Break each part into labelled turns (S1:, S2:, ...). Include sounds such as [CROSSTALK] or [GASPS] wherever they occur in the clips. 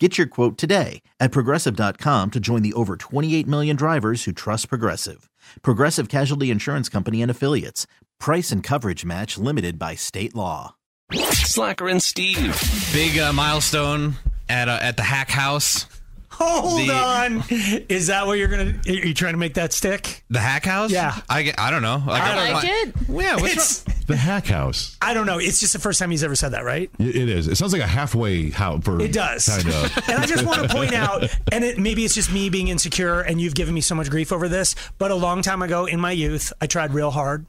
S1: Get your quote today at progressive.com to join the over 28 million drivers who trust Progressive. Progressive Casualty Insurance Company and Affiliates. Price and coverage match limited by state law.
S2: Slacker and Steve. [LAUGHS]
S3: Big uh, milestone at uh, at the Hack House.
S4: Hold
S3: The-
S4: on. Is that what you're gonna? Are you trying to make that stick?
S3: The Hack House?
S4: Yeah.
S3: I, get- I don't know. Like,
S4: I
S3: don't
S5: like it.
S3: mi- Yeah. What's wrong?
S4: It's,
S6: The hack house.
S4: I don't know. It's just the first time he's ever said that, right?
S6: It it is. It sounds like a halfway house. For,
S4: It does.
S6: Kind
S4: [LAUGHS]
S6: of.
S4: And I just want to point out, and it, maybe it's just me being insecure, and you've given me so much grief over this. But a long time ago in my youth, I tried real hard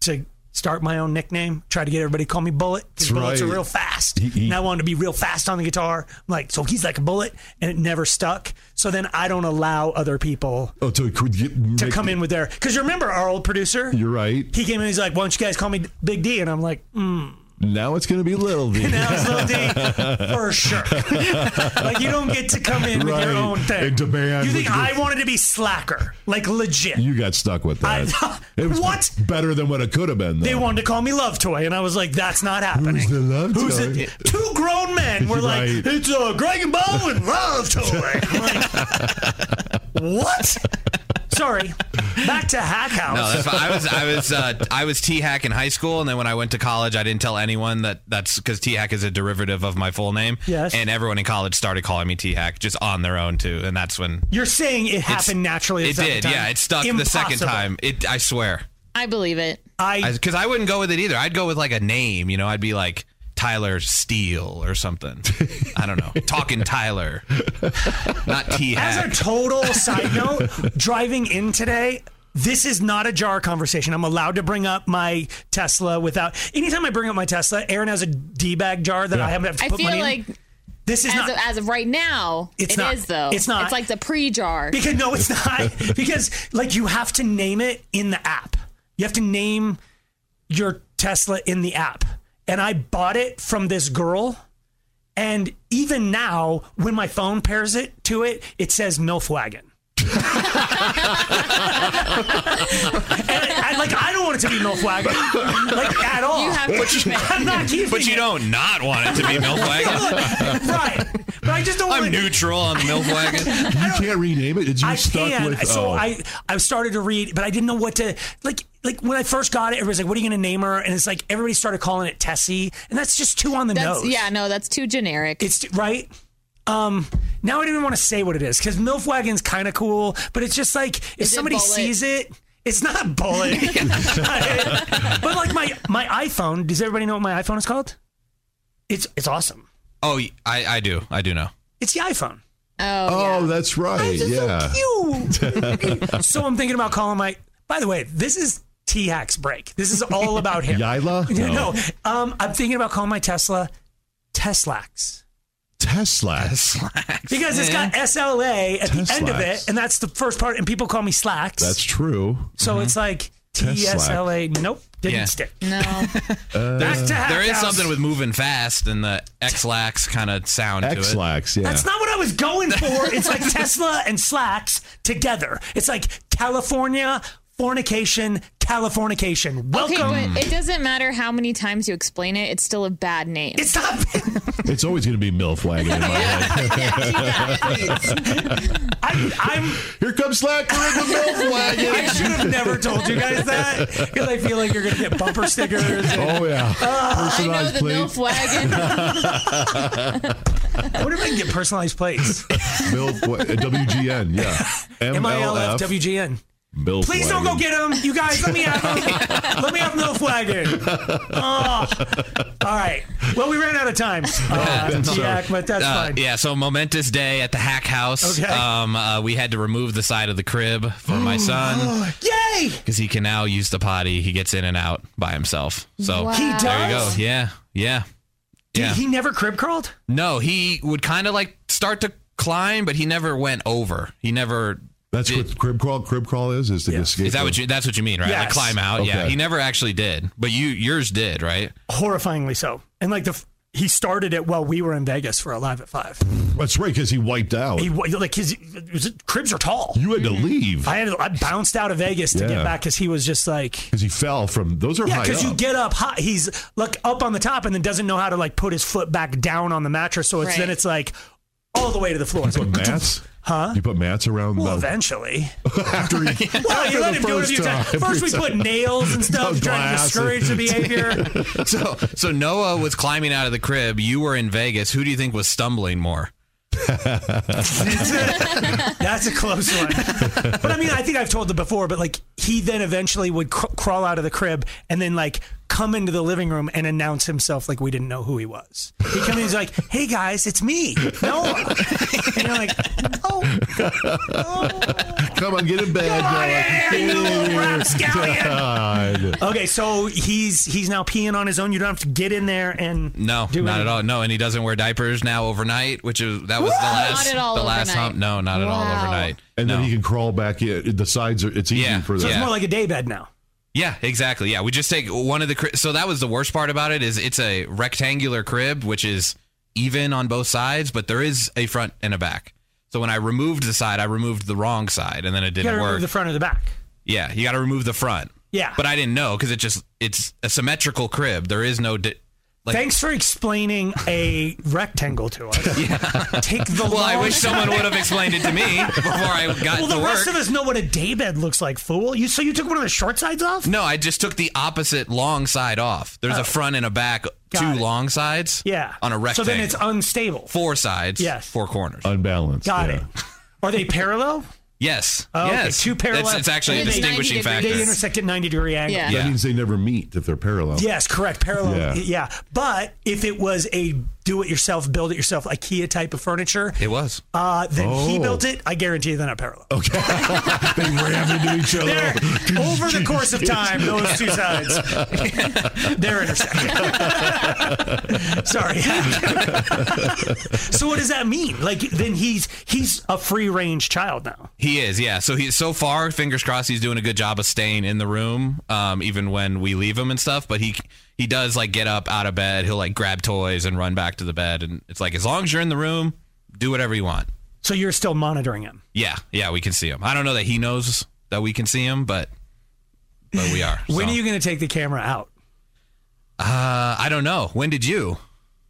S4: to start my own nickname. Tried to get everybody to call me Bullet. 'cause
S6: That's
S4: Bullets are
S6: right.
S4: real fast,
S6: He- he-
S4: and I wanted to be real fast on the guitar. I'm like, so he's like a bullet, and it never stuck. So then I don't allow other people
S6: oh, to, could you
S4: to
S6: make-
S4: come in with their. Because you remember our old producer.
S6: You're right.
S4: he came in. He's like, "Why don't you guys call me Big D?" And I'm like, mm,
S6: Now it's going to be little. D.
S4: [LAUGHS] "Now it's Little D
S6: [LAUGHS]
S4: for sure." [LAUGHS] like you don't get to come in with your
S6: Right.
S4: own thing.
S6: And demand
S4: You think
S6: what you-
S4: I wanted to be slacker? Like legit.
S6: you got stuck with that.
S4: I-
S6: it was
S4: What?
S6: Better than what it could have been. Though.
S4: they wanted to call me Love Toy, and I was like, "That's not happening."
S6: Who's the Love
S4: Who's
S6: Toy?
S4: it? Two grown men were like,
S6: Right.
S4: "It's uh, Greg and Bob with Love Toy." I'm like,
S6: [LAUGHS]
S4: what? Sorry. Back to Hack House.
S3: No, that's fine. I was I was uh, I was T Hack in high school, and then when I went to college, I didn't tell anyone that that's because T Hack is a derivative of my full name.
S4: Yes.
S3: And everyone in college started calling me T Hack just on their own too, and that's when
S4: You're saying it happened naturally. The
S3: it
S4: second
S3: did.
S4: time.
S3: Yeah, it stuck the second
S4: Impossible.
S3: time. It I swear,
S5: I believe it.
S4: I
S3: because I, wouldn't go with it either. I'd go with like a name. You know, I'd be like. Tyler Steele or something. I don't know.
S4: [LAUGHS]
S3: Talking Tyler. Not T [LAUGHS]
S4: As
S3: Hack.
S4: a total side note, driving in today, this is not a jar conversation. I'm allowed to bring up my Tesla without. Anytime I bring up my Tesla, Aaron has a d bag jar that I have to
S5: I
S4: put
S5: feel
S4: money
S5: like
S4: in. This is
S5: as
S4: not
S5: of, as of right now,
S4: It's
S5: it
S4: not.
S5: is, though.
S4: It's not.
S5: It's like the pre jar.
S4: because no, it's
S3: [LAUGHS]
S4: not because like you have to name it in the app. You have to name your Tesla in the app, and I bought it from this girl. And even now, when my phone pairs it to it, it says
S3: [LAUGHS]
S4: MILF wagon. and I, like I don't want it to be MILF wagon, like at all.
S5: You have to keep it.
S4: I'm not keeping
S3: But you
S4: it.
S3: don't not want it to be
S4: [LAUGHS]
S3: Milk Wagon.
S4: right? But I just
S3: [LAUGHS]
S4: don't.
S3: I'm
S4: want it.
S3: neutral on the Milk Wagon.
S6: You can't rename it. Did you
S4: I
S6: stuck
S4: can.
S6: with?
S4: so
S6: oh.
S4: I I started to read, but I didn't know what to like. Like when I first got it, everybody's like, "What are you going to name her?" And it's like everybody started calling it Tessie, and that's just too on the
S5: That's,
S4: nose.
S5: yeah, no, that's too generic.
S4: it's right. Um, now I don't even want to say what it is because MILF Wagon's kind of cool, but it's just like if
S5: it
S4: somebody
S5: bullet?
S4: sees it. It's not a
S5: [LAUGHS]
S4: bullet, [LAUGHS] but like my my iPhone. Does everybody know what my iPhone is called? It's it's awesome.
S3: Oh, I, I do. I do know.
S4: It's the iPhone.
S5: oh,
S6: Oh,
S5: yeah.
S6: that's right.
S4: This is
S6: yeah.
S4: so cute. so I'm thinking about calling my. By the way, this is T Hack's break. This is all about him.
S6: Yila?
S4: [LAUGHS] No, um, I'm thinking about calling my Tesla Teslax
S6: Tesla.
S4: because it's got SLA at the end of it,
S6: Teslax.
S4: and that's the first part. And people call me Slacks.
S6: That's true.
S4: so it's like
S6: Teslax.
S4: T S L A. Nope, didn't
S3: Yeah.
S4: stick. [LAUGHS]
S5: no.
S6: Uh,
S4: Back to
S3: There is
S4: Hackhouse.
S3: something with moving fast and the X-Lax kind of sound to it.
S6: Xlax. Yeah.
S4: That's not what I
S3: [LAUGHS]
S4: was going for. It's like Tesla and Slacks together. It's like California fornication, Californication.
S5: Okay,
S4: Welcome.
S5: but it doesn't matter how many times you explain it, it's still a bad name. [LAUGHS]
S4: it's not.
S6: it's always going to be milf wagon in
S4: [LAUGHS]
S6: my head.
S4: I, I'm.
S6: Here comes Slacker in the milf wagon.
S4: I should have never told you guys that because I feel like you're gonna get bumper stickers. and-
S6: Oh yeah.
S5: I know
S6: Personalized
S5: the
S6: plate.
S4: [LAUGHS]
S5: MILF [LAUGHS] wagon.
S4: What if I can get personalized plates?
S6: Milf, wa- uh, WGN, yeah.
S4: [LAUGHS] M I L F
S6: MLF,
S4: W G N.
S6: Milf
S4: Please don't go
S6: wagon.
S4: get them, you guys. Let me have them. Let me have
S3: [LAUGHS]
S4: Milf Wagon. Oh. All right. Well, we ran out of time. Uh, Jack, but that's
S3: Uh,
S4: fine.
S3: yeah, so momentous day at the Hack House.
S4: Okay.
S3: Um, uh, we had to remove the side of the crib for
S4: [GASPS]
S3: my son
S4: Oh, Yay!
S3: because he can now use the potty. He gets in and out by himself. So
S5: Wow.
S4: He
S5: There you
S4: does.
S3: there you go. Yeah, yeah.
S4: Dude,
S3: yeah.
S4: He never crib crawled.
S3: No, he would kind of like start to climb, but he never went over. He never
S6: That's what crib crawl crib crawl is is to
S4: Yeah.
S6: escape.
S3: Is that what you? That's what you mean, right? Like
S4: Yes.
S3: climb out. Yeah.
S6: Okay.
S3: He never actually did, but you yours did,
S6: [LAUGHS]
S3: right?
S4: horrifyingly so. And like the f- he started it while we were in Vegas for a live at five.
S6: That's right, because he wiped out.
S4: He wa- like his it was- cribs are tall.
S6: you had to leave
S4: Mm-hmm. I had I bounced out of Vegas to
S6: Yeah.
S4: get back because he was just like
S6: because he fell from those are
S4: yeah
S6: high
S4: because you
S6: up.
S4: get up high, he's like up on the top and then doesn't know how to like put his foot back down on the mattress so it's
S5: Right.
S4: then it's like all the way to the floor. It's
S6: put
S4: like,
S6: mats. Huh? You put mats
S4: [LAUGHS]
S6: around
S4: Well,
S6: the [LAUGHS]
S4: eventually.
S6: after
S4: [LAUGHS]
S6: he,
S4: Well,
S6: after
S4: you let
S6: the
S4: him do it a
S6: first
S4: few times.
S6: time.
S4: First, we put nails and stuff,
S6: [LAUGHS]
S4: trying
S6: No,
S4: to
S6: glass
S4: discourage the
S6: [LAUGHS]
S4: behavior.
S3: So so Noah was climbing out of the crib. You were in Vegas. Who do you think was stumbling more?
S4: [LAUGHS] That's a close one. But I mean, I think I've told it before, but like he then eventually would cr- crawl out of the crib and then like come into the living room and announce himself like we didn't know who he was. He comes in, he's like, "Hey guys, it's me, Noah." [LAUGHS] And you're like, "Oh,
S6: Come on, get in bed.
S4: Come on in, you little
S6: [LAUGHS]
S4: rapscallion.
S6: God.
S4: okay." So he's he's now peeing on his own. You don't have to get in there and
S3: No,
S4: Do
S3: not
S4: anything.
S3: at all. No, and he doesn't wear diapers now overnight, which is that was the last
S5: at all
S3: the last
S5: overnight.
S3: hump. No, not at all
S5: Wow.
S3: overnight.
S6: And
S3: no.
S6: then he can crawl back in. The sides are. It's easy
S3: Yeah.
S6: for
S4: So
S6: them.
S4: it's
S3: Yeah.
S4: more like a daybed now.
S3: Yeah, exactly. Yeah, we just take one of the cri- so that was the worst part about it is it's a rectangular crib which is even on both sides, but there is a front and a back. So when I removed the side, I removed the wrong side, and then it
S4: You got
S3: didn't
S4: to remove
S3: work.
S4: the front of the back.
S3: yeah, you got to remove the front.
S4: Yeah.
S3: but I didn't know because it just it's a symmetrical crib. There is no di- like.
S4: Thanks for explaining a rectangle
S3: [LAUGHS]
S4: to us. Take the
S3: well, I
S4: long-
S3: wish
S4: [LAUGHS]
S3: someone would have explained it to me before I got
S4: Well, the
S3: to work.
S4: rest of us know what a daybed looks like, fool. You so you took one of the short sides off?
S3: No, I just took the opposite long side off. There's a front and a back,
S4: Oh. Got
S3: two
S4: it.
S3: long sides.
S4: Yeah.
S3: On a rectangle.
S4: So then it's unstable.
S3: four sides.
S4: Yes.
S3: Four corners.
S6: Oh, Unbalanced.
S4: Got
S6: yeah.
S4: it. Are they parallel?
S3: yes.
S4: Oh, okay.
S3: [LAUGHS] yes.
S4: Two parallel-
S3: It's, it's actually a
S5: And they-
S3: distinguishing
S5: 90
S3: factor.
S5: degrees.
S4: They intersect at 90 degree angle.
S5: Yeah.
S6: That
S3: Yeah.
S6: means they never meet if they're parallel.
S4: Yes, correct. Parallel.
S6: Yeah.
S4: Yeah. But if it was a do it yourself, build it yourself IKEA type of furniture,
S3: It was.
S4: uh, then he
S6: Oh.
S4: built it, I guarantee you they're not parallel.
S6: They ram into
S4: [LAUGHS]
S6: each other. [LAUGHS]
S4: They're- over the course of time, those two sides, they're intersecting. [LAUGHS] Sorry. [LAUGHS] so what does that mean? Like then he's he's a free range child now.
S3: He is, yeah. So he so far, fingers crossed, he's doing a good job of staying in the room, um, even when we leave him and stuff. But he he does like get up out of bed. He'll like grab toys and run back to the bed, and it's like as long as you're in the room, do whatever you want.
S4: So you're still monitoring him.
S3: Yeah, yeah, we can see him. I don't know that he knows that we can see him, but but we are.
S4: [LAUGHS]
S3: so.
S4: When are you going to take the camera out?
S3: Uh, I don't know. When did you?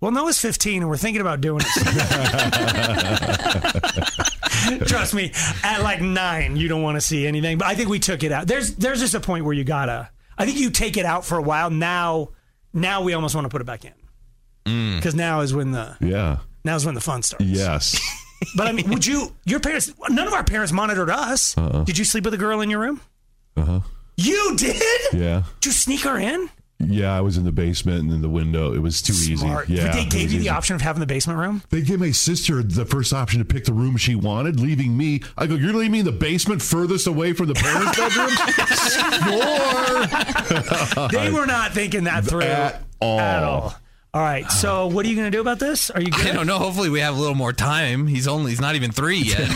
S4: Well, Noah's 15, and we're thinking about doing it. [LAUGHS] Trust me, at like nine, you don't want to see anything. But I think we took it out. There's there's just a point where you gotta. I think you take it out for a while. Now, now we almost want to put it back in
S6: Mm.
S4: because now is when the
S6: Yeah.
S4: now is when the fun starts.
S6: Yes.
S4: [LAUGHS] But I mean, would you? Your parents? None of our parents monitored us.
S6: Uh-uh.
S4: Did you sleep with a girl in your room? Uh huh. You did?
S6: Uh-huh. Yeah.
S4: Did you sneak her in?
S6: Yeah. I was in the basement and in the window. It was too
S4: Smart.
S6: easy. Yeah.
S4: But they
S6: it
S4: gave
S6: was
S4: you the
S6: easy.
S4: option of having the basement room.
S6: They gave my sister the first option to pick the room she wanted, leaving me. I go, you're leaving me in the basement furthest away from the parents' bedrooms? Snore!
S4: They were not thinking that through
S6: At all.
S4: At all. All right. So, what are you going to do about this? Are you
S3: Oh. I
S4: good?
S3: don't know. Hopefully, we have a little more time. He's only he's not even three
S4: [LAUGHS]
S3: yet.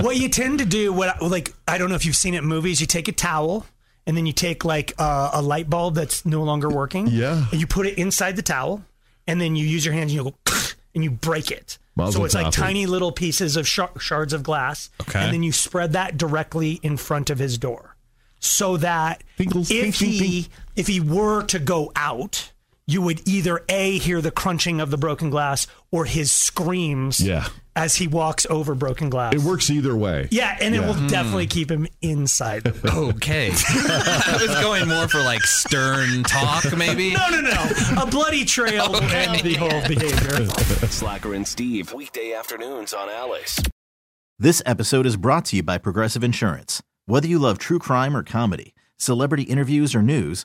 S4: What you tend to do, what I- like, I don't know if you've seen it in movies. You take a towel and then you take like uh, a light bulb that's no longer working.
S6: Yeah.
S4: And you put it inside the towel, and then you use your hands and you go [SNIFFS] and you break it.
S6: Mazel
S4: so it's like
S6: tov.
S4: tiny little pieces of shar- shards of glass,
S3: Okay.
S4: and then you spread that directly in front of his door, so that
S6: Tinkles,
S4: if
S6: tink, tink,
S4: he if he were to go out, you would either a hear the crunching of the broken glass or his screams
S6: Yeah.
S4: as he walks over broken glass.
S6: It works either way.
S4: Yeah, and it will definitely keep him inside. no,
S3: okay. [LAUGHS] I was going more for like stern talk, maybe.
S4: no, no. A bloody trail will end the whole behavior.
S2: Slacker and Steve, weekday afternoons on Alice.
S1: This episode is brought to you by Progressive Insurance. Whether you love true crime or comedy, celebrity interviews or news,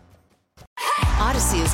S7: Odyssey is